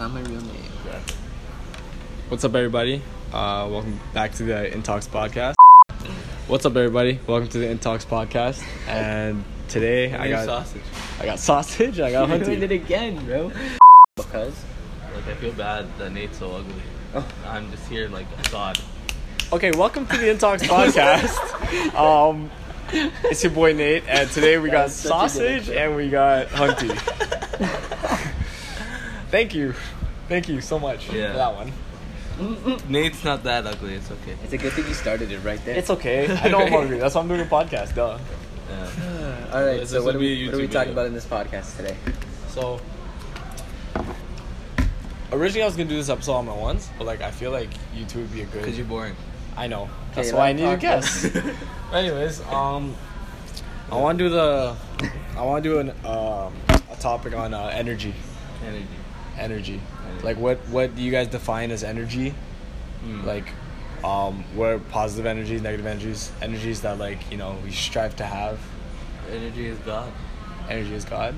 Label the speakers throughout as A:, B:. A: my real name.
B: What's up, everybody? Uh, welcome back to the Intox podcast. What's up, everybody? Welcome to the Intox podcast. And today I
A: Your
B: got
A: sausage.
B: I got sausage. I got
A: You're doing it
B: hunting.
A: again, bro. Because
C: Like I feel bad that Nate's so ugly. I'm just here like a god.
B: Okay, welcome to the Intox podcast. um, it's your boy Nate, and today we got
A: was such a good
B: sausage and we got hunting. Thank you, thank you so much
C: Yeah.
B: for that one.
C: Nate's not that ugly. It's okay.
A: it's a good thing you started it right there.
B: It's okay. I know I'm hungry. That's why I'm doing a podcast. Duh.
C: Yeah.
A: All right.
C: This
A: So what
C: will
A: are,
C: be
A: we,
C: a
A: what are we
C: YouTube
A: talking
C: video.
A: about in this podcast today?
B: So originally I was gonna do this episode all at once, but like I feel like you two would be a good.
C: Cause you're boring.
B: I know. That's
A: Okay,
B: why I
A: let's
B: need a
A: talk
B: guest.
A: about-
B: Anyways, um, I want to do the, I want to do an um a topic on uh, energy,
C: Energy.
B: energy.
C: Energy.
B: Like what what do you guys define as energy?
C: Mm.
B: Like, um, what are positive energies, negative energies, energies that like you know we strive to have.
C: energy is God.
B: Energy is God.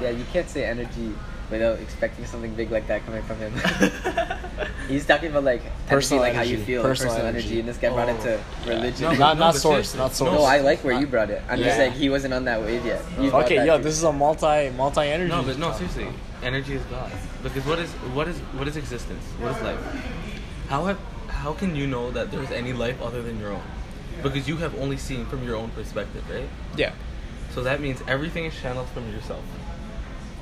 A: yeah, you can't say energy without expecting something big like that coming from him. He's talking about like
B: Personal
A: energy, like how you
B: energy.
A: feel,
B: Personal
A: personal, energy.
B: energy.
A: and this guy brought it
C: Oh.
A: to religion.
C: No, but-
B: not not
C: but
B: source,
C: seriously.
B: not source.
A: No, I like where you brought it. I'm just
B: Yeah. Oh,
A: like he wasn't on that wave yet. You brought
B: Okay,
A: that
B: yo,
A: to-
B: this is a multi multi energy.
C: No, but no, seriously. Energy is God. Because what is what is what is existence? What is life? How have how can you know that there's any life other than your own? Because you have only seen from your own perspective, right?
B: Yeah.
C: So that means everything is channeled from yourself.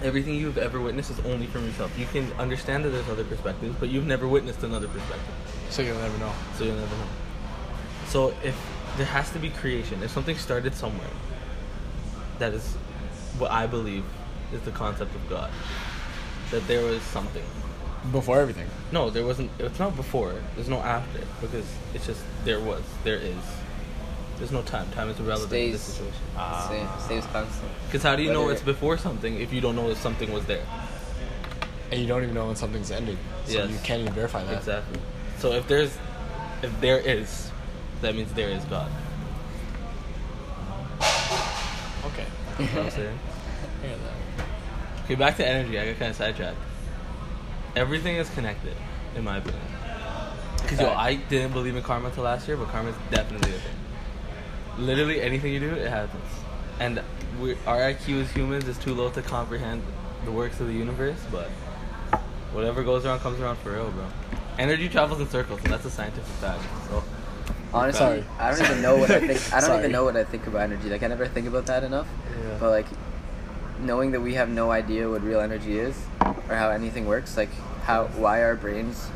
C: Everything you've ever witnessed is only from yourself. You can understand that there's other perspectives, but you've never witnessed another perspective.
B: So you'll never know.
C: So you'll never know. So if there has to be creation, if something started somewhere, that is what I believe is the concept of God. That there was something.
B: Before everything.
C: No, there wasn't. It's not before. There's no after because it's just there was. There is. There's no time. Time is irrelevant in this
A: Stays.
C: situation.
A: Same, same constant.
C: Because how do you know
A: Whether-
C: it's before something if you don't know that something was there?
B: And you don't even know when something's ended. So
C: Yes.
B: you can't even verify that.
C: Exactly. So if there's, if there is, that means there is God.
B: Okay.
C: You know what I'm saying?
B: I get that.
C: Okay, back to energy. I got kind of sidetracked. Everything is connected, in my opinion. Because yo,
B: Fact.
C: I didn't believe in karma until last year, but karma's definitely a thing. Literally anything you do, it happens. And we, our IQ as humans is too low to comprehend the works of the universe, but whatever goes around comes around for real, bro. Energy travels in circles, and that's a scientific fact. So
A: Honestly,
B: Sorry.
A: I don't even know what I think. I don't
B: Sorry.
A: even know what I think about energy. Like I never think about that enough.
C: Yeah.
A: But like knowing that we have no idea what real energy is or how anything works, like how why our brains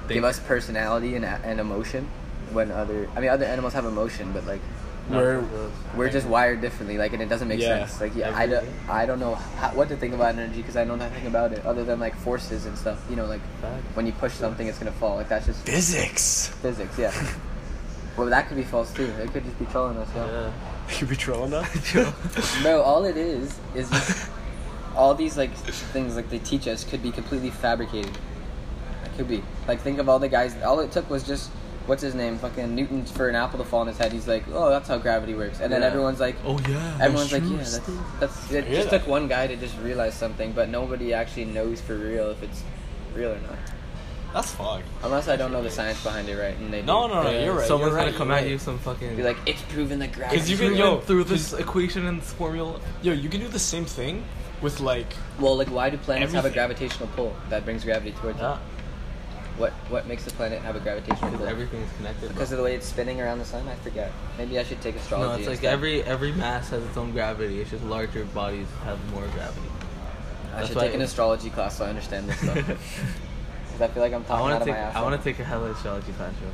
C: Think.
A: give us personality and, a- and emotion when other I mean other animals have emotion, but like
C: not
B: We're-
C: for those.
A: we're just wired differently. Like and it doesn't make
B: Yeah.
A: sense. Like yeah, I, do,
C: Everything.
A: I don't know how, what to think about energy because I know nothing about it other than like forces and stuff. You know, like
C: Fact.
A: when you push something, it's gonna fall. Like that's just
B: Physics.
A: physics. Yeah. well, that could be false too. It could just be trolling us. Yeah.
C: Yeah.
B: You be trolling that?
A: Bro, all it is is just all these like things like they teach us could be completely fabricated. It could be. Like think of all the guys all it took was just what's his name? Fucking Newton for an apple to fall on his head. He's like, Oh, that's how gravity works and then
C: Yeah.
A: everyone's like
C: Oh yeah.
A: Everyone's
B: that's
A: like,
B: true,
A: yeah, that's, that's it.
B: hear
A: Just
B: that.
A: took one guy to just realize something, but nobody actually knows for real if it's real or not.
B: That's fucked.
A: Unless I don't know the science behind it, right? And they
B: No,
A: do.
B: no, no,
C: Yeah,
B: you're right.
C: Someone's
B: you're right,
C: gonna come
B: you're
C: at
B: right.
C: you some fucking.
A: Be like, it's proven that gravity.
B: Because you
C: you
B: can
C: can
A: real.
B: yo,
C: go through this equation and this formula.
B: Yo, you can do the same thing with like.
A: Well, like, why do planets have a
B: Everything.
A: gravitational pull that brings gravity towards them? What what makes the planet have a gravitational
C: Because
A: pull?
C: everything is connected.
A: Because of the way it's spinning around the sun, I forget. Maybe I should take astrology.
C: no, it's like
A: instead.
C: every every mass has its own gravity. It's just larger bodies have more gravity.
A: I
C: that's
A: should
C: why
A: take an
C: it-
A: astrology class so I understand this stuff. Because I feel like I'm
C: I
A: talking
C: want
A: out
C: to
A: of
C: take
A: my ass.
C: I want to take a hella astrology class, yo.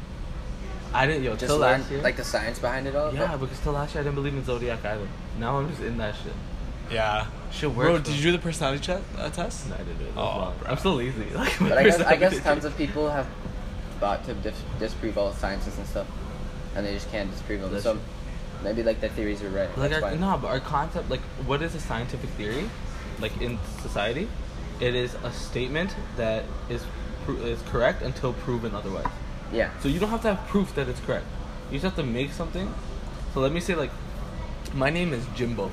C: I didn't yo
A: just
C: till
A: learn
C: last year.
A: like the science behind it all.
C: yeah, because till last year I didn't believe in zodiac either. Now I'm just in that shit.
B: Yeah.
C: Shit works.
B: Bro, did you do the personality chat, uh, test?
C: No, I didn't do it.
B: Oh,
C: Oh,
B: bro.
C: I'm still lazy. Like,
A: But, but I guess I guess tons of people have thought to dis- disprove all sciences and stuff, and they just can't disprove them.
C: That's
A: so
C: true.
A: maybe like their theories are right.
C: like
A: That's
C: our,
A: why.
C: no, but our concept, like, what is a scientific theory, like in society? It is a statement that is pro- is correct until proven otherwise.
A: Yeah.
C: So you don't have to have proof that it's correct. You just have to make something. So let me say, like, my name is Jimbo.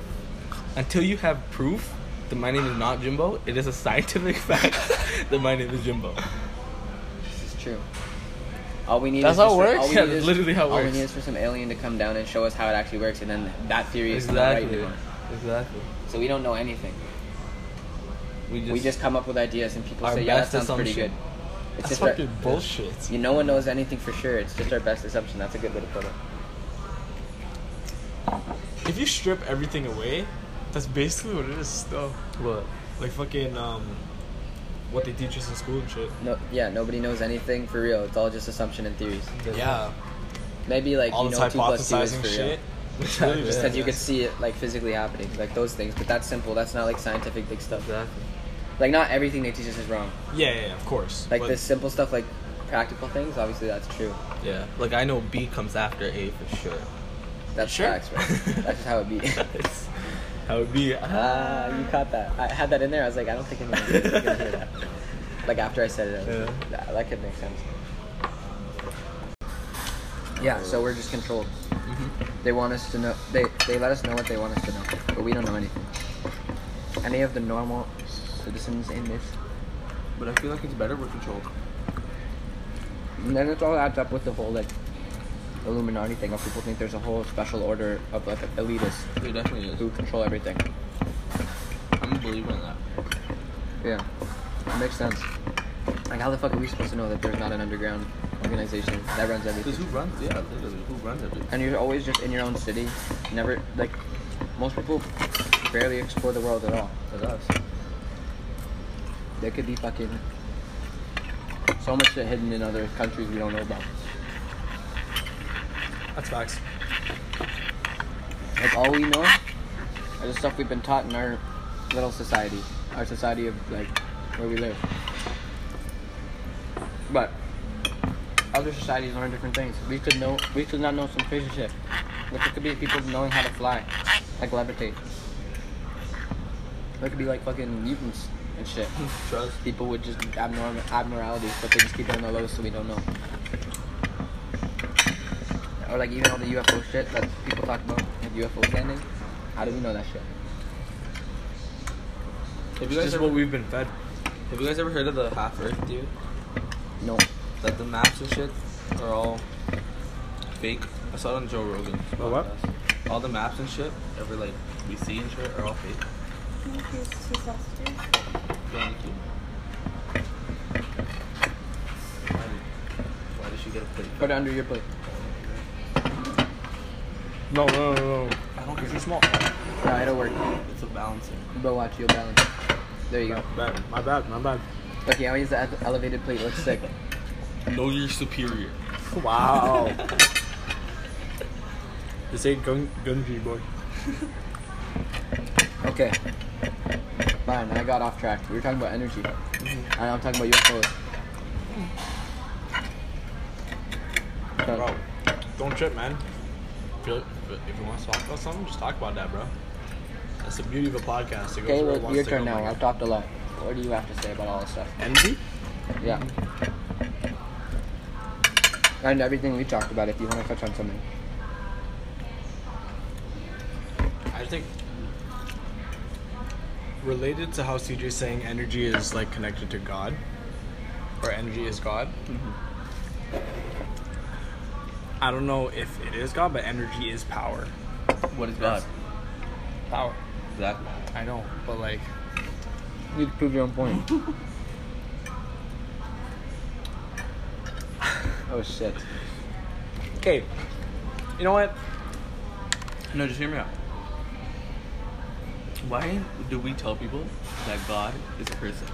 C: Until you have proof that my name is not Jimbo. It is a scientific fact that my name is Jimbo.
A: This is true. All we need
B: That's
A: is
B: how
A: just
B: it
A: for-
B: works?
A: all we
C: Yeah,
A: need
C: that's
A: is-
C: literally how it
A: all we
C: works.
A: need is for some alien to come down and show us how it actually works, and then that theory is right
C: Exactly.
A: anymore.
C: Exactly.
A: So we don't know anything.
C: We just,
A: we just come up with ideas, and people
C: Our
A: say, "Yeah, that
C: best
A: sounds pretty good."
C: assumption.
A: It's
B: That's
A: just our-
B: fucking bullshit.
A: you, no one knows anything for sure. It's just our best assumption. That's a good way to put it.
B: If you strip everything away, that's basically what it is still.
C: what?
B: Like fucking um, what they teach us in school and shit.
A: No, yeah, nobody knows anything for real. It's all just assumption and theories.
B: Yeah,
A: Maybe like
B: all
A: you
B: this
A: know two plus two is for
B: hypothesizing
A: real.
B: shit. It's
C: Yeah,
B: really just
A: Just because you could
B: that's-
A: see it like physically happening, like those things. But that's simple. That's not like scientific big stuff.
C: Exactly.
A: Like not everything they teach us is wrong.
B: Yeah, yeah, yeah, of course.
A: Like
B: But-
A: the simple stuff, like practical things. Obviously, that's true.
C: Yeah. Like I know B comes after A for sure.
A: That's
B: Sure.
A: facts, right? That's just how it be.
C: That's how it be.
A: Ah, you caught that. I had that in there. I was like, I don't think anyone's gonna gonna hear that. Like after I said it, I was like, "Nah, that could make sense. Yeah, so we're just controlled. They want us to know. They they let us know what they want us to know, but we don't know anything. Any of the normal citizens in this,
C: But I feel like it's better with control.
A: and then it all adds up with the whole like Illuminati thing. Of people think there's a whole special order of like elitists
C: It definitely is.
A: who control everything.
C: I'm a believer in that.
A: Yeah, it makes sense. Like, how the fuck are we supposed to know that there's not an underground organization that runs everything?
C: Because who runs? Yeah, literally, who runs everything?
A: And you're always just in your own city. Never, like, most people barely explore the world at all.
C: It's us.
A: There could be fucking so much shit hidden in other countries we don't know about.
B: that's facts.
A: Like, all we know are the stuff we've been taught in our little society, our society of, like, where we live. But other societies learn different things. We could know, we could not know some crazy shit. Like it could be people knowing how to fly, like levitate. There could be like fucking mutants and shit.
C: Trust.
A: People with just abnormal abnormalities, but they just keep it on the low, so we don't know. Or like even all the UFO shit that people talk about, like UFO landing. How do we know that shit?
C: Have
B: It's
C: you guys
B: just
C: ever,
B: what we've been fed.
C: have you guys ever heard of the half Earth theory?
A: No.
C: That the maps and shit are all fake. I saw it on Joe Rogan.
B: Oh, what?
C: All the maps and shit, ever like we see and shit, are all fake. Thank you. Why did, why did she get a plate?
A: Put it under your plate.
B: No, no, no, no.
C: I don't care.
B: Too small.
A: No, it'll work.
C: It's a balancing.
A: But watch, you'll balance. There you go.
B: Bad. My bad. My bad.
A: Okay, how is the ele- elevated plate? Looks sick.
C: Know your superior.
B: Wow. this ain't gun gunji boy.
A: Okay. Fine, I got off track. We were talking about energy. And I'm talking about UFOs. So,
B: Bro, don't trip, man. If you, if you want to talk about something, just talk about that, bro. That's the beauty of a podcast. It goes
A: okay,
B: where it
A: well,
B: wants
A: your
B: to
A: turn
B: go.
A: now. I've talked a lot. What do you have to say about all this stuff?
B: Envy?
A: Yeah. And everything we talked about, if you want to touch on something.
B: I think related to how CJ's saying energy is like connected to God, or energy is God.
A: Mm-hmm.
B: I don't know if it is God, but energy is power.
C: What is
A: God?
B: Power.
C: Exactly.
B: I know, but like
A: You need to prove your own point. oh, shit.
B: Okay. You know what?
C: No, just hear me out. Why do we tell people that God is a person?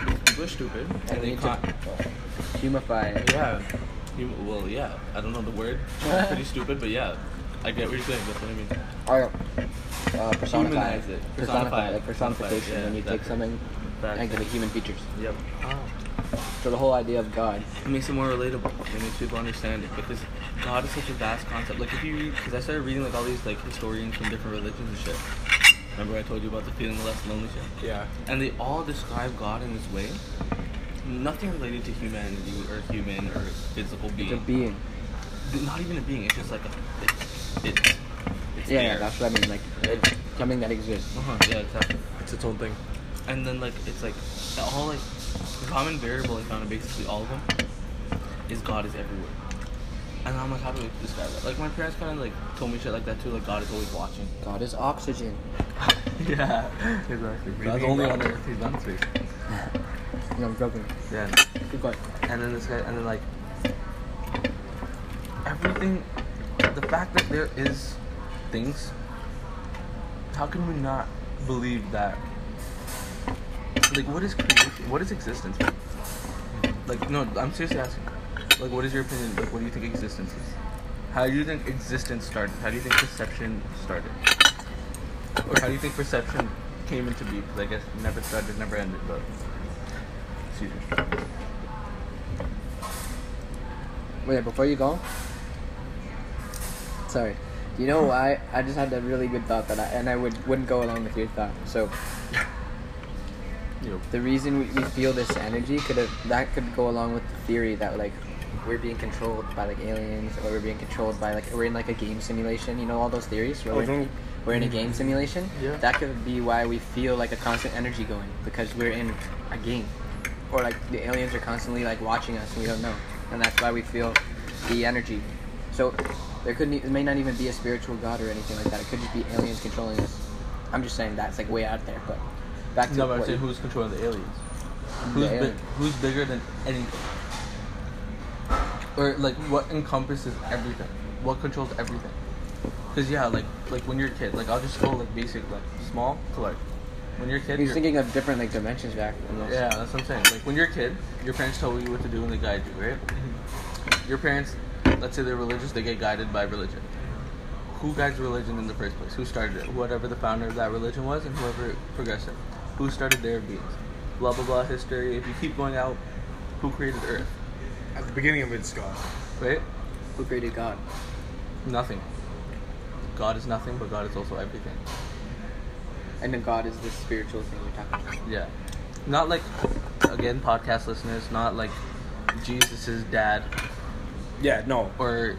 C: Because People are stupid.
A: And
C: And
A: we
C: they
A: need to
C: can't.
A: humify it.
B: Yeah.
C: You, well, yeah. I don't know the word. It's pretty stupid, but yeah. I get what you're saying. That's what I mean.
A: Or uh, personify
C: Humanize it.
A: Personify,
C: Personify it.
A: like personification.
C: Personify it, yeah,
A: when you take
C: exactly.
A: something and give it human features.
C: Yep.
A: So the whole idea of God.
C: It makes it more relatable. It makes people understand it because God is such a vast concept. Like if you read, because I started reading like all these like historians from different religions and shit. Remember I told you about the feeling of less lonely shit.
B: Yeah.
C: and they all describe God in this way. Nothing related to humanity or human or physical
A: It's a
C: being.
A: being.
C: Not even a being. It's just like a. It's. it's, it's
A: Yeah, yeah,
C: there.
A: that's what I mean. Like it something that exists.
C: Uh-huh, yeah, exactly.
B: It's its own thing.
C: And then like it's like the whole like the common variable I found in basically all of them is God is everywhere. And I'm like, how do I describe that? Like my parents kind of like told me shit like that too. Like God is always watching.
A: God is oxygen.
C: yeah, exactly.
B: That's only on Earth.
C: He's done space.
A: No, I'm joking.
C: Yeah.
A: Keep going.
C: And then this guy, and then like everything, the fact that there is things. How can we not believe that? Like, what is creation? What is existence? Like, no, I'm seriously asking. Like, what is your opinion? Like, what do you think existence is? How do you think existence started? How do you think perception started? Or how do you think perception came into being? 'Cause I guess it never started, never ended, but. Excuse me.
A: Wait, before you go. Sorry. You know why? I just had a really good thought that I and I would wouldn't go along with your thought. So
C: Yo.
A: the reason we, we feel this energy could have that could go along with the theory that like we're being controlled by like aliens or we're being controlled by like we're in like a game simulation. You know all those theories where
B: Oh,
A: we're,
B: don't-
A: we're in a game simulation.
C: Yeah.
A: That could be why we feel like a constant energy going because we're in a game, or like the aliens are constantly like watching us and we don't know, and that's why we feel the energy. So there couldn't e- it may not even be a spiritual god or anything like that. It could just be aliens controlling us. I'm just saying that's like way out there, but back to
C: No,
A: what
C: but I'm saying
A: you-
C: who's controlling the aliens? Who's
A: The
C: bi-
A: alien.
C: who's bigger than anything? Or like what encompasses everything? What controls everything? Because yeah, like like when you're a kid, like I'll just go like basic, like small to like when you're a kid.
A: He's
C: you're-
A: thinking of different like dimensions back. from those.
C: yeah, that's what I'm saying. Like when you're a kid, your parents tell you what to do and they guide you, right? Your parents, let's say they're religious, they get guided by religion. Who guides religion in the first place? Who started it? Whatever the founder of that religion was and whoever progressed it. Who started their beings? Blah blah blah history. If you keep going out, who created Earth?
B: At the beginning of it, it's God.
C: Right?
A: Who created God?
C: Nothing. God is nothing, but God is also everything.
A: And then God is this spiritual thing you're talking about.
C: Yeah. Not like again, podcast listeners, not like Jesus' dad
B: Yeah, no.
C: or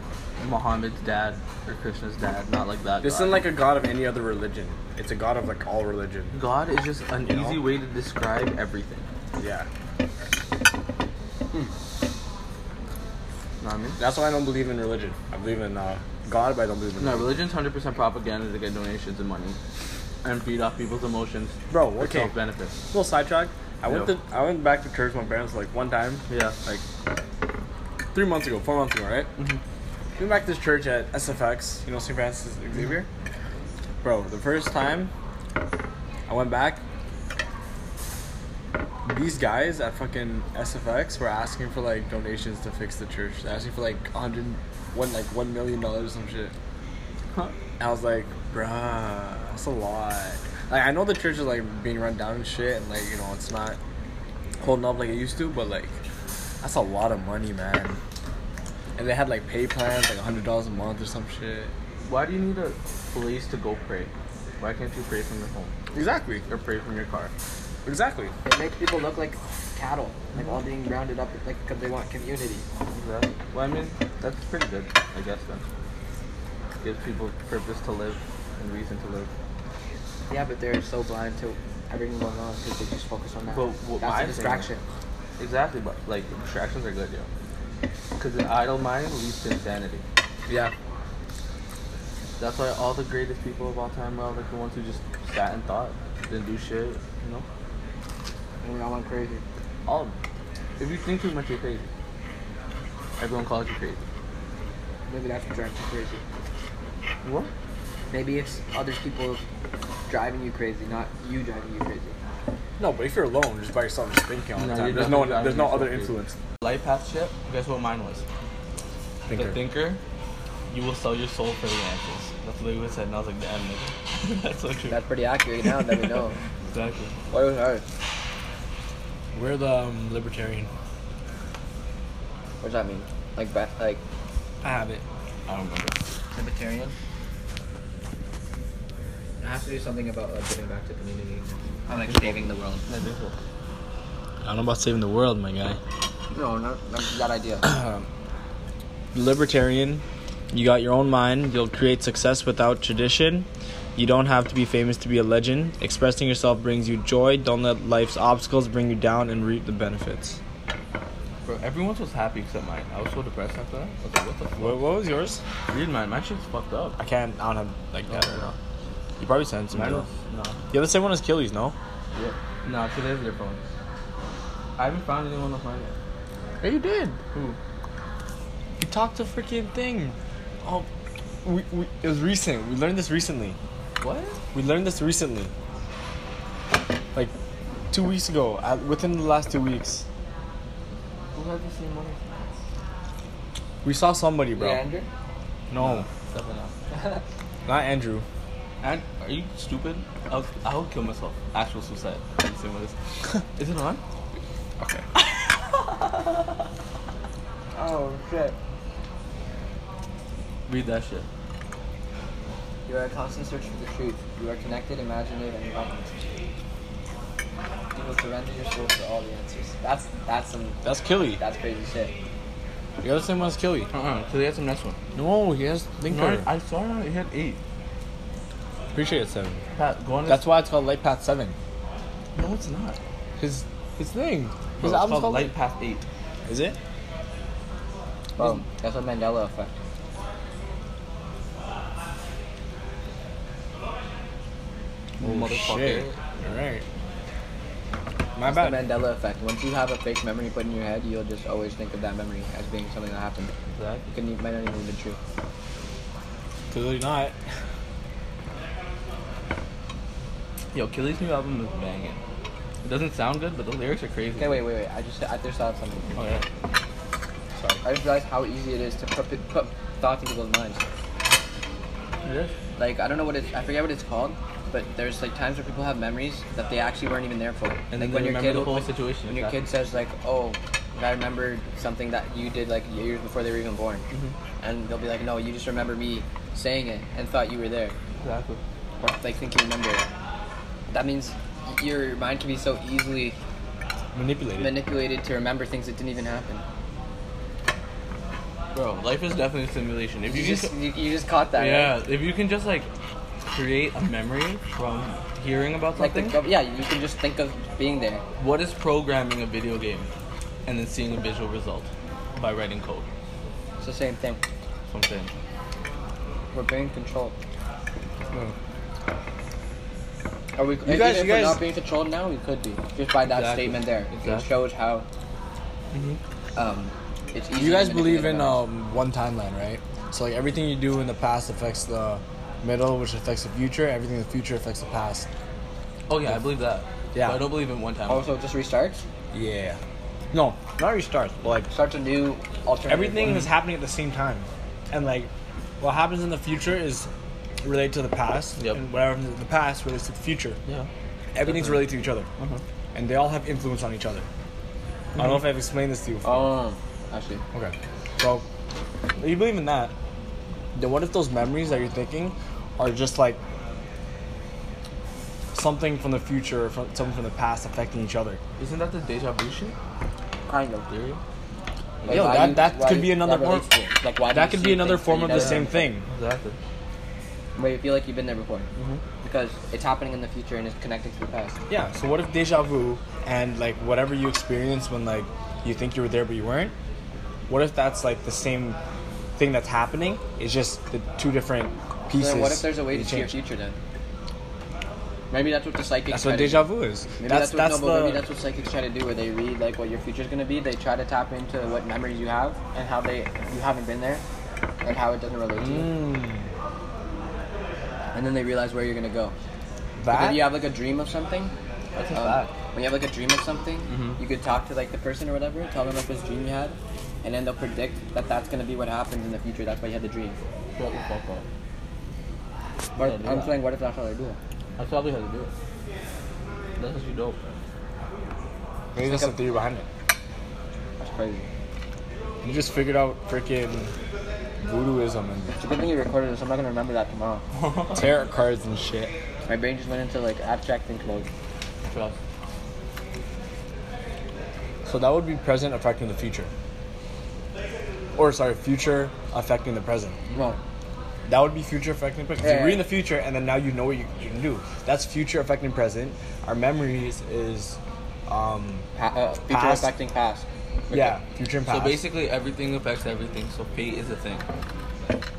C: Muhammad's dad or Krishna's dad, not like that.
B: This
C: God.
B: isn't like a God of any other religion. It's a God of like all religion.
C: God is just an
B: You know?
C: easy way to describe everything.
B: Yeah.
C: You know what I mean?
B: That's why I don't believe in religion. I believe in uh, God, but I don't believe in
C: No,
B: religion.
C: religion's hundred percent propaganda to get donations and money, and feed off people's emotions.
B: Bro,
C: for
B: okay.
C: Self-benefit.
B: Little sidetrack. I went
C: Yeah.
B: to I went back to church with my parents like one time,
C: Yeah.
B: like three months ago, four months ago, right?
C: Mhm.
B: We went back to this church at SFX, you know, St. Francis Xavier. Bro, the first time I went back, these guys at fucking SFX were asking for like donations to fix the church. They're asking for like hundred one like one million dollars or some shit.
C: Huh?
B: I was like, bruh, that's a lot. Like, I know the church is like being run down and shit, and like, you know, it's not holding up like it used to, but like, that's a lot of money, man. And they had like pay plans, like $100 a month or some shit.
C: Why do you need a place to go pray? Why can't you pray from your home
B: Exactly.
C: or pray from your car?
B: Exactly.
A: It makes people look like cattle, like all being rounded up, like because they want community.
C: Exactly. Well, I mean, that's pretty good, I guess. Then gives people purpose to live and reason to live.
A: Yeah, but they're so blind to everything going on because they just focus on that.
C: But what
A: That's
C: my
A: a
C: thing-
A: distraction.
C: Exactly, but like distractions are good, yo. Because an idle mind leads to insanity.
B: Yeah.
C: That's why all the greatest people of all time are like the ones who just sat and thought, didn't do shit. You know,
A: And we all went crazy.
C: all. Of them. If you think too much, you're crazy. Everyone calls you crazy.
A: Maybe that's what drives you crazy.
C: What?
A: Maybe it's other people driving you crazy, not you driving you crazy.
B: No, but if you're alone, just by yourself, just thinking all the
C: No,
B: time.
C: you're
B: There's no one,
C: definitely
B: there's no other
C: driving yourself
B: influence.
C: Life path shit. Guess what mine was? The thinker. You will sell your soul for the answers. That's what Lewis said, and I was like, damn, nigga. that's so true.
A: That's pretty accurate now that we know.
C: exactly.
A: What was ours?
B: We're the um, libertarian.
A: What does that mean? Like, ba- like
B: I have it.
C: I don't remember.
A: libertarian? It has to do something about like giving back to community and like saving the world.
C: I think so.
B: I don't know about saving the world, my guy.
A: No, not, not that idea.
B: libertarian. You got your own mind. You'll create success without tradition. You don't have to be famous to be a legend. Expressing yourself brings you joy. Don't let life's obstacles bring you down and reap the benefits.
C: Bro, everyone's was happy except mine. I was so depressed after that. I was like, what the
B: What, what was yours?
C: fuck? Read mine. My shit's fucked up.
B: I can't. I don't have like that right now. You probably sent it to me.
C: Mine
B: though.
C: was, no.
B: Yeah, the same one as Killy's, no?
C: Yeah. No, today's their phone. I haven't found anyone of mine yet.
B: Yeah, you did.
C: Who?
B: You talked to freaking thing. Oh, we, we, it was recent. We learned this recently.
C: What?
B: We learned this recently. Like two weeks ago, uh, within the last two weeks.
C: Who had the same one?
B: We saw somebody, bro.
C: Leander?
B: No,
C: Seven
B: not Andrew.
C: And are you stupid? I would, I would kill myself. Actual suicide. Let's see what this- Is it on?
B: Okay.
A: Oh shit!
C: Read that shit.
A: You are a constant search for the truth. You are connected, imaginative, and confident. You will surrender your soul to all the answers. That's that's some
B: That's Killy.
A: that's crazy shit.
B: You got the same one as Killy.
C: Uh-uh. So they had some next one.
B: No, he has Link
C: No,
B: no,
C: I saw it. It had eight.
B: Appreciate it, seven.
C: Pat, go on.
B: That's why it's called Light Path Seven.
C: No, it's not.
B: His his thing.
C: Bro,
B: His album's
C: it's called
B: called
C: Light Path Eight.
B: Is it?
A: Boom. That's a Mandela effect.
C: Oh, Motherfucker.
B: All right. My
A: That's the
B: bad.
A: Mandela effect. Once you have a fake memory put in your head, you'll just always think of that memory as being something that happened.
C: Exactly.
A: It could even, might not even be true.
B: Clearly not.
C: Yo, Killy's new album is banging. It doesn't sound good, but the lyrics are crazy.
A: Okay, wait, wait, wait. I just I just thought of something.
C: Oh, yeah.
A: I just realized how easy it is to put put thoughts into people's minds.
C: Yes.
A: Like I don't know what it's I forget what it's called, but there's like times where people have memories that they actually weren't even there for.
C: And
A: like
C: then they remember the whole situation.
A: When your
C: exactly.
A: kid says like, "Oh, I remembered something that you did like years before they were even born,"
C: Mm-hmm.
A: and they'll be like, "No, you just remember me saying it and thought you were there,
C: Exactly.
A: or like think you remember it." That means y- your mind can be so easily
B: Manipulated.
A: manipulated to remember things that didn't even happen.
C: Bro, life is definitely a simulation. If
A: You
C: you,
A: just
C: can,
A: you, you just caught that.
C: yeah,
A: Right?
C: if you can just like create a memory from hearing about
A: Like the,
C: something,
A: yeah, you can just think of being there.
C: what is programming a video game, and then seeing a visual result by writing code.
A: It's the same thing.
C: That's what I'm saying.
A: We're being controlled.
B: No.
A: Are we? even
B: guys-
A: if
B: you
A: we're
B: guys-
A: not being controlled now, we could be. Just by that
C: Exactly.
A: statement there, it
C: Exactly.
A: shows how. Um, it's easy.
B: You guys
A: to
B: believe
A: manipulate
B: in
A: others.
B: um, one timeline, right? So like everything you do in the past affects the middle, which affects the future. Everything in the future affects the past.
C: Oh yeah, I believe that.
B: Yeah. Oh,
C: But I don't believe in one time.
B: uh,
A: Also, it just restarts.
B: Yeah. No, not restarts. But like
A: Starts a new alternative.
B: everything
A: one.
B: is happening at the same time, and like what happens in the future is related to the past,
C: Yep.
B: and whatever happens in the past relates to the future.
C: yeah.
B: Everything's
C: Definitely.
B: related to each other, and they all have influence on each other. I don't know if I've explained this to you.
A: Oh, actually,
B: Okay. So, if you believe in that, then what if those memories that you're thinking are just like something from the future or from, something from the past affecting each other?
C: Isn't that the deja vu shit
A: kind of.
C: theory?
A: Like,
B: Yo,
A: why
B: that-
A: do you-
B: that
A: why
B: could
A: do-
B: be another
A: that relates
B: form-
A: to it. Like why? do
B: that
A: you
B: could
A: see
B: be another
A: things
B: form
A: that
B: of
A: you
B: the
A: never-
B: same thing.
C: Exactly.
A: Where you feel like you've been there before,
B: Mm-hmm.
A: because it's happening in the future and it's connected to the past.
B: Yeah. So what if deja vu and like whatever you experience when like you think you were there but you weren't? What if that's like the same thing that's happening? It's just the two different
A: So
B: pieces.
A: then, what if there's a way
B: that
A: to see your
B: change.
A: future then? Maybe that's what the psychic.
B: That's what deja vu is.
A: Maybe
B: that's
A: that's, what,
B: that's
A: no, but
B: the.
A: maybe that's what psychics try to do, where they read like what your future's gonna be. They try to tap into what memories you have and how they you haven't been there, and how it doesn't relate to you.
B: Mm,
A: And then they realize where you're gonna go. But
B: that
A: then you have like a dream of something.
C: That's a
A: um,
C: fact.
A: When you have like a dream of something,
B: Mm-hmm.
A: you could talk to like the person or whatever, tell them like this dream you had, and then they'll predict that that's gonna be what happens in the future. That's why you had the dream.
C: Shut the fuck up.
A: But
C: Yeah, do
A: I'm
C: that.
A: saying, what if that's how they do it?
C: That's probably how to do it. That's actually dope.
B: maybe that's the theory behind it.
A: That's crazy.
B: You just figured out freaking voodooism and
A: It's a good thing you recorded this. I'm not gonna remember that tomorrow.
B: tarot cards and shit.
A: My brain just went into like abstract think mode.
C: Trust.
B: So that would be present affecting the future. Or sorry, future affecting the present.
A: No.
B: That would be future affecting present. 'Cause
A: Yeah.
B: You read in the future, and then now you know what you, you can do. That's future affecting present. Our memories is, um,
A: Pa- uh, future
B: Past.
A: affecting past. Okay.
B: yeah, future and
C: So
B: past.
C: basically, everything affects everything. So fate is a thing.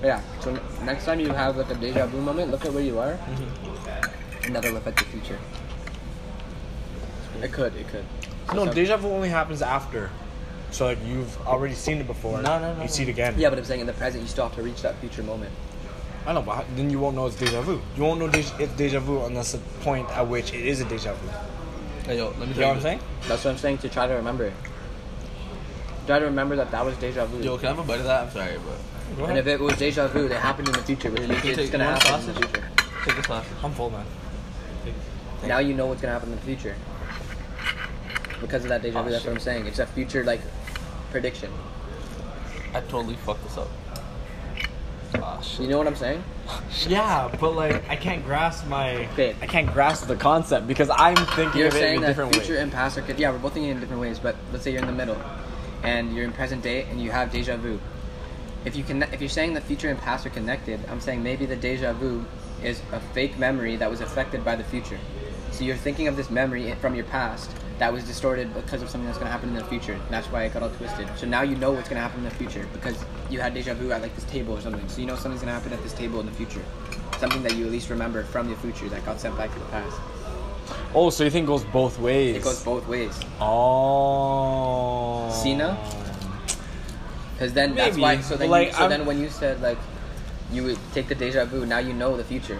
A: Yeah. So next time you have like a deja vu moment, look at where you are,
C: Mm-hmm.
A: and that'll affect the future. It could. It could. So
B: no,
A: some-
B: deja vu only happens after. So like you've already seen it before.
C: No, no, no,
B: You see it
C: no.
B: again.
A: Yeah, but I'm saying in the present, you still have to reach that future moment.
B: I know, but how- then you won't know it's deja vu. You won't know deja, it's deja vu unless the point at which it is a deja vu.
C: Hey, yo, let me
B: You
C: tell
B: know what I'm saying?
A: That's what I'm saying to try to remember. it. Try to remember that that was deja vu.
C: Yo, can I have a bite of that? I'm sorry, but
A: and if it was deja vu, that happened in the future, which
C: Yeah,
A: means
C: you
A: it's
C: take
A: gonna
C: one
A: happen in the
C: sausage.
A: future.
C: take a sausage.
D: I'm full, man.
A: Now you know what's gonna happen in the future because of that deja vu. that's what I'm saying. It's a future like prediction.
C: I totally fucked this up. Ah, shit.
A: You know what I'm saying?
B: Yeah, but like I can't grasp my
A: Okay.
B: I can't grasp the concept because I'm thinking
A: You're
B: of it
A: saying
B: in a
A: that
B: different
A: future
B: way.
A: and past are good. Yeah, we're both thinking in different ways. But let's say you're in the middle, and you're in present day, and you have deja vu. If you can, if you're saying the future and past are connected, I'm saying maybe the deja vu is a fake memory that was affected by the future. So you're thinking of this memory i- from your past that was distorted because of something that's going to happen in the future. And that's why it got all twisted. So now you know what's going to happen in the future because you had deja vu at like this table or something. So you know something's going to happen at this table in the future. Something that you at least remember from the future that got sent back to the past.
B: Oh, so you think it goes both ways?
A: It goes both ways.
B: Oh.
A: Cena? Because then that's
B: Maybe,
A: why. So then,
B: but, like,
A: you, so
B: I'm-
A: then when you said like, you would take the deja vu. Now you know the future.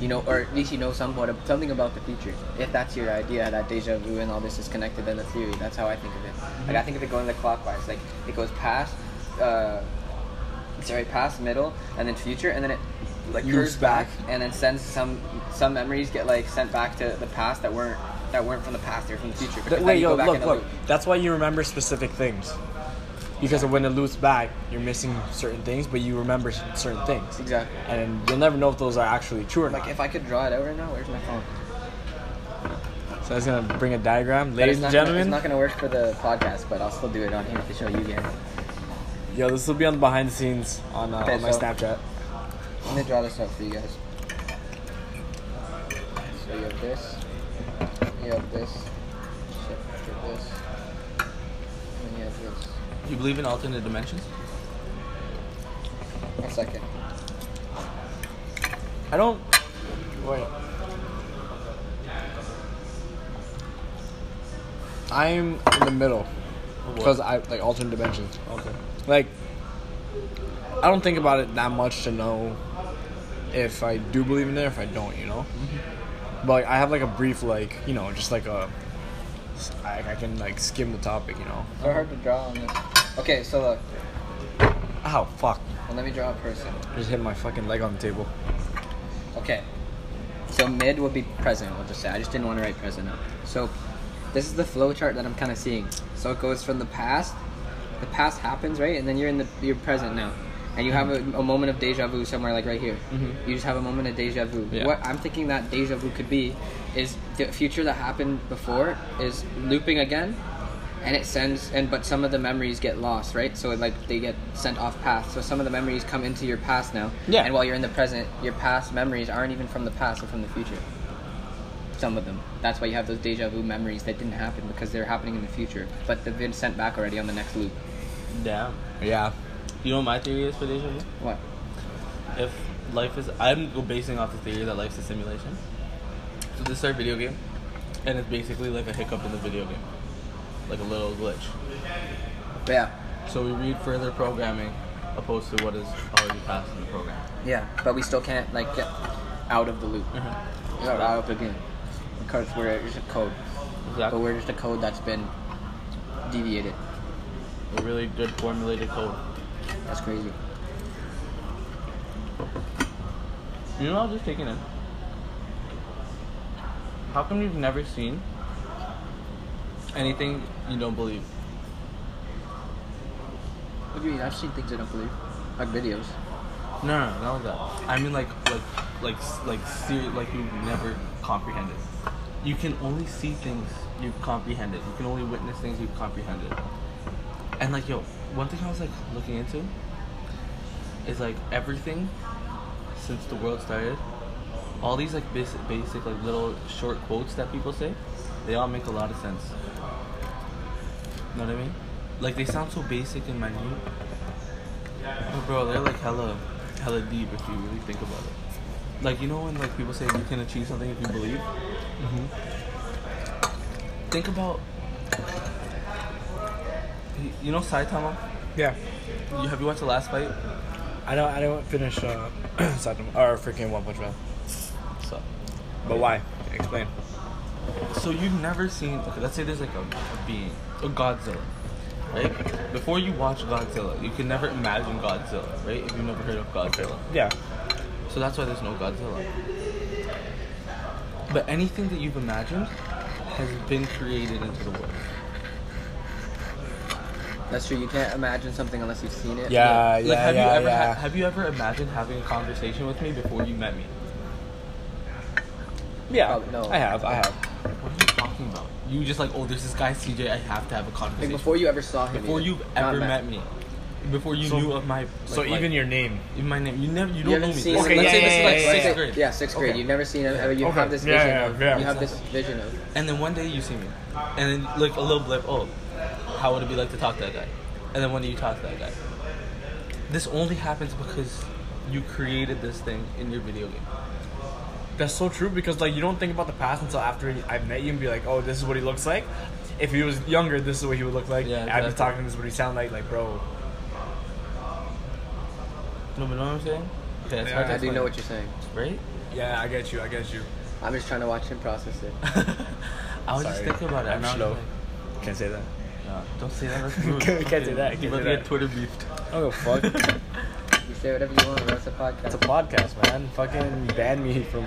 A: You know, or at least you know somewhat of, something about the future. If that's your idea, that deja vu and all this is connected in the theory. That's how I think of it.
B: Mm-hmm.
A: Like I think of it going like clockwise. Like it goes past, uh, sorry, past, middle, and then future, and then it like
B: Loops
A: curves back,
B: back.
A: and then sends some some memories get like sent back to the past that weren't that weren't from the past. They're from the future. because
B: Th-
A: then
B: wait,
A: you go
B: yo,
A: back
B: look,
A: in the
B: look.
A: loop.
B: That's why you remember specific things. Because when it loops back, you're missing certain things, but you remember s- certain things.
A: Exactly.
B: And you'll never know if those are actually true or
A: Like
B: not.
A: if I could draw it out right now, where's my phone?
B: so that's gonna bring a diagram,
A: That is
B: ladies and
A: not
B: gentlemen.
A: Gonna, it's not gonna work for the podcast, but I'll still do it on here to show you guys.
B: Yo, this will be on the behind the scenes on, uh,
A: Okay,
B: on my
A: so-
B: Snapchat.
A: Let me draw this out for you guys. So you have this, you have this, shift to this, and you have this.
C: You believe in alternate dimensions?
A: One second.
B: I don't. Wait. I'm in the middle because I like alternate dimensions.
C: Okay.
B: Like, I don't think about it that much to know if I do believe in it or if I don't. You know, but like, I have like a brief like you know just like a I, I can like skim the topic. You know,
A: They're hard to draw on this. Okay, so look.
B: ow Oh, fuck!
A: Well, let me draw a person.
B: Just hit my fucking leg on the table.
A: Okay. So mid would be present, we'll just say. I just didn't want to write present up. So this is the flow chart that I'm kind of seeing. So it goes from the past, the past happens, right? And then you're in the you're present now. And you have a, a moment of deja vu somewhere like right here. You just have a moment of deja vu.
C: Yeah.
A: What I'm thinking that deja vu could be is the future that happened before is looping again and it sends and but some of the memories get lost, right? So like they get sent off path. So some of the memories come into your past now.
B: Yeah.
A: And while you're in the present, your past memories aren't even from the past, they're from the future. Some of them. That's why you have those deja vu memories that didn't happen because they're happening in the future, but they've been sent back already on the next loop.
C: Damn.
B: Yeah.
C: You know what my theory is for deja vu?
A: What?
C: If life is, I'm basing off the theory that life's a simulation. So this is our video game, and it's basically like a hiccup in the video game, like a little glitch.
A: But yeah.
C: So we read further programming opposed to what is already passed in the program.
A: Yeah. But we still can't like get out of the loop.
C: Mm-hmm.
A: Or out of the game. Because we're just a code. But
C: Exactly.
A: we're just a code that's been deviated.
C: A really good formulated code.
A: That's crazy.
C: You know, I was just taking in. How come you've never seen anything you don't believe?
A: What do you mean? I've seen things I don't believe. Like videos.
C: No, no, no, not like that. I mean, like, like, like, s- like, seri- like you never comprehended. You can only see things you've comprehended. You can only witness things you've comprehended. And like, yo, one thing I was like looking into is like everything since the world started, all these like basic, basic like little short quotes that people say, they all make a lot of sense. Know what I mean? Like they sound so basic and minute, but bro, they're like hella, hella deep if you really think about it. Like you know when like people say you can achieve something if you believe. Think about. y- You know Saitama?
B: Yeah.
C: You, have you watched the last fight?
B: I don't. I don't finish. Uh, Saitama- or freaking One Punch Man.
C: So,
B: But why? Explain.
C: so you've never seen. Okay, let's say there's like a, a being, a Godzilla, right? Before you watch Godzilla, you can never imagine Godzilla, right? If you've never heard of Godzilla,
B: Yeah.
C: so that's why there's no Godzilla. But anything that you've imagined has been created into the world.
A: That's true. You can't imagine something unless you've seen it.
B: Uh, Yeah. Yeah.
C: like, have
B: yeah,
C: you ever
B: yeah.
C: have you ever imagined having a conversation with me before you met me?
B: yeah.
A: Oh, no.
B: I have. I have.
C: What are you talking about? You just like, oh, there's this guy CJ. I have to have a
A: Like
C: conversation.
A: before you ever saw him.
C: before
A: even.
C: you've
A: Not
C: ever met me, before you
B: So-
C: knew of my like,
B: So
C: like,
B: even your name.
C: even my name, you never you
A: You
C: don't know
A: haven't
C: me.
A: seen.
B: Okay,
A: let's
B: yeah,
A: say
B: yeah,
A: this is
B: yeah,
A: like
B: yeah,
A: sixth
B: yeah.
A: grade. Yeah, sixth grade.
B: Okay.
A: You've never seen him. ever. You
B: Okay.
A: have this
B: Yeah,
A: vision.
B: yeah,
A: of,
B: yeah.
A: You have this vision of.
C: and then one day you see me, and then like a little blip. Oh, how would it be like to talk to that guy? And then when do you talk to that guy? This only happens because you created this thing in your video game.
B: That's so true because like you don't think about the past until after I met you and be like, oh, this is what he looks like. If he was younger, this is what he would look like.
C: Yeah,
B: After
C: exactly.
B: talking, this is what he sound like. Like, bro.
C: No, but know what I'm saying? Okay, that's
B: Yeah,
C: hard
A: I do
C: to explain.
A: know what you're saying.
C: right.
B: Yeah, I get you. I get you.
A: I'm just trying to watch him process it.
C: I was just
B: Sorry.
C: thinking about it.
B: I'm
C: now
B: slow.
C: just
B: Can't say that.
C: like, no, don't say that. That's rude.
B: Can't- can't do that,
C: You
B: can't do
C: about to get
B: that.
C: Twitter beefed.
B: Oh fuck.
A: You say whatever you want. That's a podcast.
B: It's a podcast, man. Fucking ban me from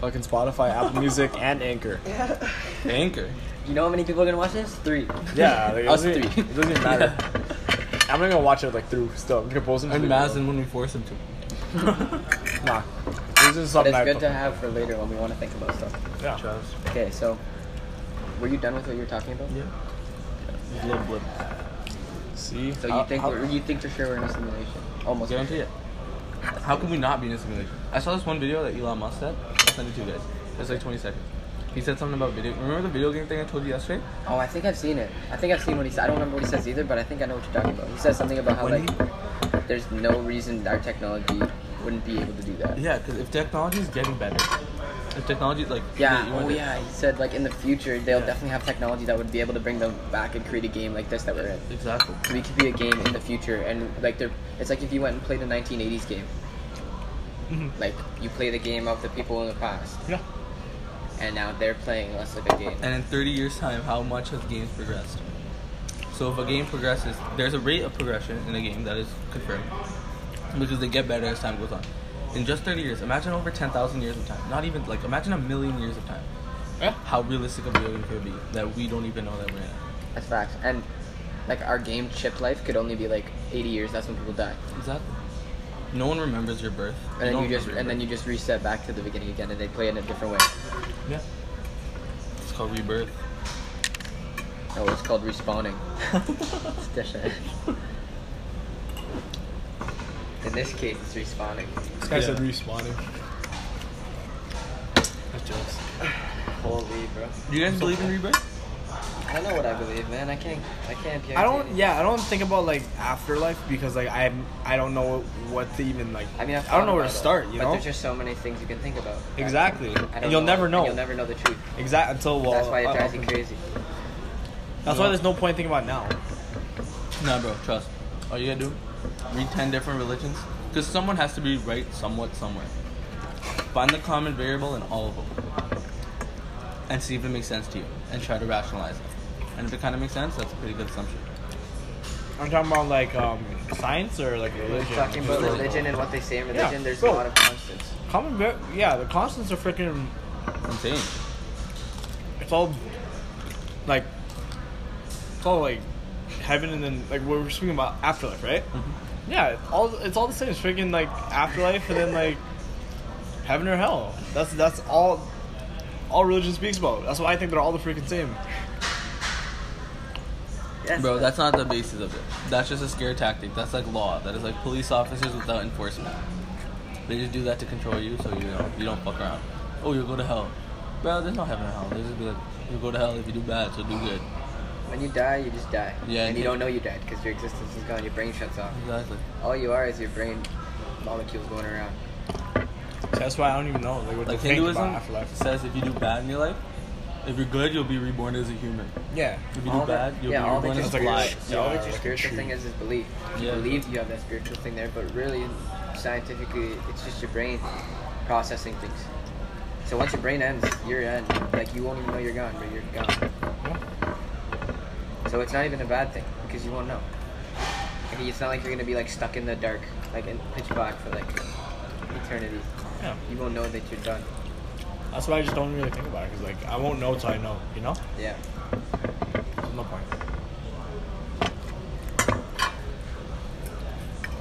B: fucking Spotify, Apple Music, and Anchor.
C: Anchor.
A: you know how many people are gonna watch this? Three.
B: Yeah, like, it,
A: Us
B: doesn't, even-
A: three.
B: it doesn't even matter. I'm not gonna watch it like through still. I'm gonna post them. to
C: And
B: the-
C: Mazin when we force him to.
B: Nah. This is
A: But
B: something
A: it's
B: I
A: good to have for later when we want to think about stuff.
B: Yeah.
C: Travis.
A: Okay, so were you done with what you were talking about?
C: Yeah. Just a little blip.
B: See.
A: So you
B: I'll-
A: think
B: I'll-
A: we're, you think for sure we're in a simulation? Almost.
C: Guarantee it. How can we not be in a simulation? I saw this one video that Elon Musk said. I'll send it to you guys. It's like 20 seconds. He said something about video. Remember the video game thing I told you yesterday?
A: Oh, I think I've seen it. I think I've seen what he said. I don't remember what he says either, but I think I know what you're talking about. He says something about how
C: When
A: like there's no reason our technology wouldn't be able to do that.
C: Yeah, because if technology is getting better, if technology is like
A: Yeah,
C: you
A: oh
C: want it-
A: yeah. He said like in the future they'll
C: Yeah.
A: definitely have technology that would be able to bring them back and create a game like this that we're in.
C: exactly.
A: We could be a game in the future, and like they're it's like if you went and played a 1980s game.
C: Mm-hmm.
A: Like you play the game of the people in the past,
B: Yeah.
A: and now they're playing us like a game.
C: And in 30 years' time, how much has games progressed? So if a game progresses, there's a rate of progression in a game that is confirmed because they get better as time goes on. In just 30 years, imagine over 10,000 years of time. Not even like imagine a million years of time.
B: Yeah.
C: How realistic a video game could be that we don't even know that we're in. it.
A: That's facts. And like our game chip life could only be like 80 years. That's when people die.
C: Exactly. No one remembers your birth.
A: And
C: no
A: then
C: one
A: you just
C: remembers
A: and then
C: your
A: you just reset back to the beginning again, and they play it in a different way.
C: birth. yeah. It's called rebirth.
A: Oh, it's called respawning. It's different. In this case, it's respawning.
B: This guy said
C: Yeah.
B: respawning. That's jokes.
A: Holy bro.
C: Do you guys believe in rebirth?
A: I don't know what I believe, man. I can't. I can't.
B: I don't. Yeah, I don't think about like afterlife because like I'm. I don't know what to even like.
A: I mean, I've
B: I don't
A: thought
B: know where to
A: about it,
B: start. You
A: but
B: know.
A: there's just so many things you can think about.
B: Exactly.
A: I
B: And
A: don't
B: you'll never know.
A: You'll never know the truth.
B: Exact until well.
A: That's why
B: uh,
A: it drives you crazy.
B: That's why there's no point thinking about it now.
C: Nah, bro. Trust. All you gotta do, read ten different religions, because someone has to be right somewhat somewhere. Find the common variable in all of them, and see if it makes sense to you, and try to rationalize it. And if it kind of makes sense, that's a pretty good assumption.
B: I'm talking about like um, science or like religion.
A: Talking about
B: Just, like,
A: religion and what they say in
B: Yeah,
A: religion, there's
B: bro.
A: a lot of constants.
B: Common, ver- yeah, the constants are freaking.
C: Insane.
B: It's all like it's all like heaven and then like we're speaking about afterlife, right? Yeah, it's all it's all the same. It's freaking like afterlife and then like heaven or hell. That's that's all all religion speaks about. That's why I think they're all the freaking same.
A: Yes.
C: Bro, that's not the basis of it. That's just a scare tactic. That's like law. That is like police officers without enforcement. They just do that to control you, so you know you don't fuck around. Oh, you'll go to hell, bro. There's no heaven or hell. They just be like, you'll go to hell if you do bad, so do good.
A: When you die, you just die.
C: Yeah,
A: And you
C: it-
A: don't know you died because your existence is gone. Your brain shuts off.
C: Exactly.
A: All you are is your brain molecules going around.
B: So that's why I don't even know like what
C: Like
B: to think
C: Hinduism
B: about afterlife.
C: says, if you do bad in your life, if you're good, you'll be reborn as a human.
B: Yeah.
C: If you
A: All
C: do
A: that-
C: bad, you'll
A: yeah,
C: be
A: all that
C: reborn
A: just
C: as
B: like
C: alive.
B: is-
A: Yeah, all that
B: like
A: your
B: a
A: spiritual
B: tree.
A: thing is is belief. You
C: Yeah.
A: believe you have that spiritual thing there, but really, scientifically, it's just your brain processing things. So once your brain ends, you're end. Like you won't even know you're gone, but you're gone. So it's not even a bad thing because you won't know. Like, it's not like you're gonna be like stuck in the dark, like in pitch black for like eternity.
B: Yeah.
A: You won't know that you're done.
B: That's why I just don't really think about it because like I won't know till I know. You know?
A: Yeah.
B: There's no point.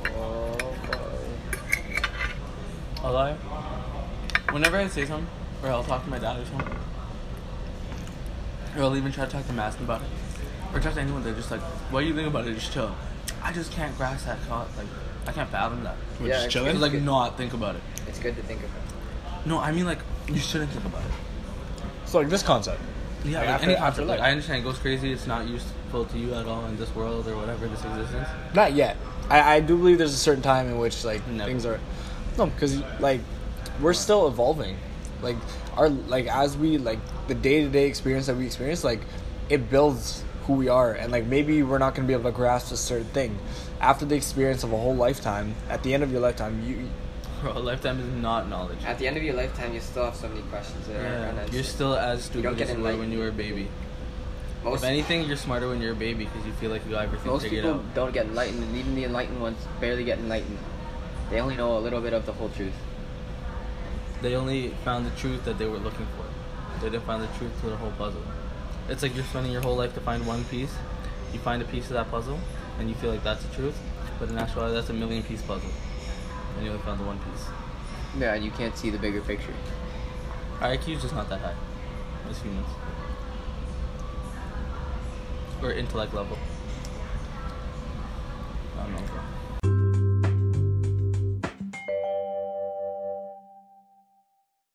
A: Oh,
C: I'll lie. Whenever I say something, or I'll talk to my dad or something, or I'll even try to talk to Maston about it, or talk to anyone, they're just like, "What do you think about it? Just chill." I just can't grasp that thought. Like, I can't fathom that.
B: We're
A: Yeah,
B: just
A: it's-
C: To,
B: chilling.
C: like, not think about it.
A: it's good to think about.
C: No, I mean like you shouldn't think about it.
B: so like this concept.
C: Yeah,
B: Like,
C: like,
B: after-
C: any
B: after
C: concept. Like,
B: life.
C: I understand it goes crazy. It's not useful to you at all in this world or whatever this existence.
B: Not yet. I, I do believe there's a certain time in which like
C: Never.
B: things are no because like we're still evolving. Like our like as we like the day to day experience that we experience like it builds who we are and like maybe we're not gonna be able to grasp a certain thing after the experience of a whole lifetime. At the end of your lifetime, you
C: Bro, a lifetime is not knowledge.
A: At the end of your lifetime, you still have so many questions that are
C: Yeah,
A: unanswered.
C: you're still as
A: don't
C: stupid
A: get
C: as you were when
A: enlightened.
C: you were a baby.
A: most
C: If anything, you're smarter when you're a baby because you feel like you got everything
A: most
C: figured
A: people
C: out.
A: don't get enlightened, and even the enlightened ones barely get enlightened. They only know a little bit of the whole truth.
C: They only found the truth that they were looking for. They didn't find the truth to the whole puzzle. It's like you're spending your whole life to find one piece. You find a piece of that puzzle, and you feel like that's the truth. But in actuality, that's a million piece puzzle, and you only found the one piece.
A: Yeah, and you can't see the bigger picture.
C: Our IQ is just not that high as humans, or intellect level.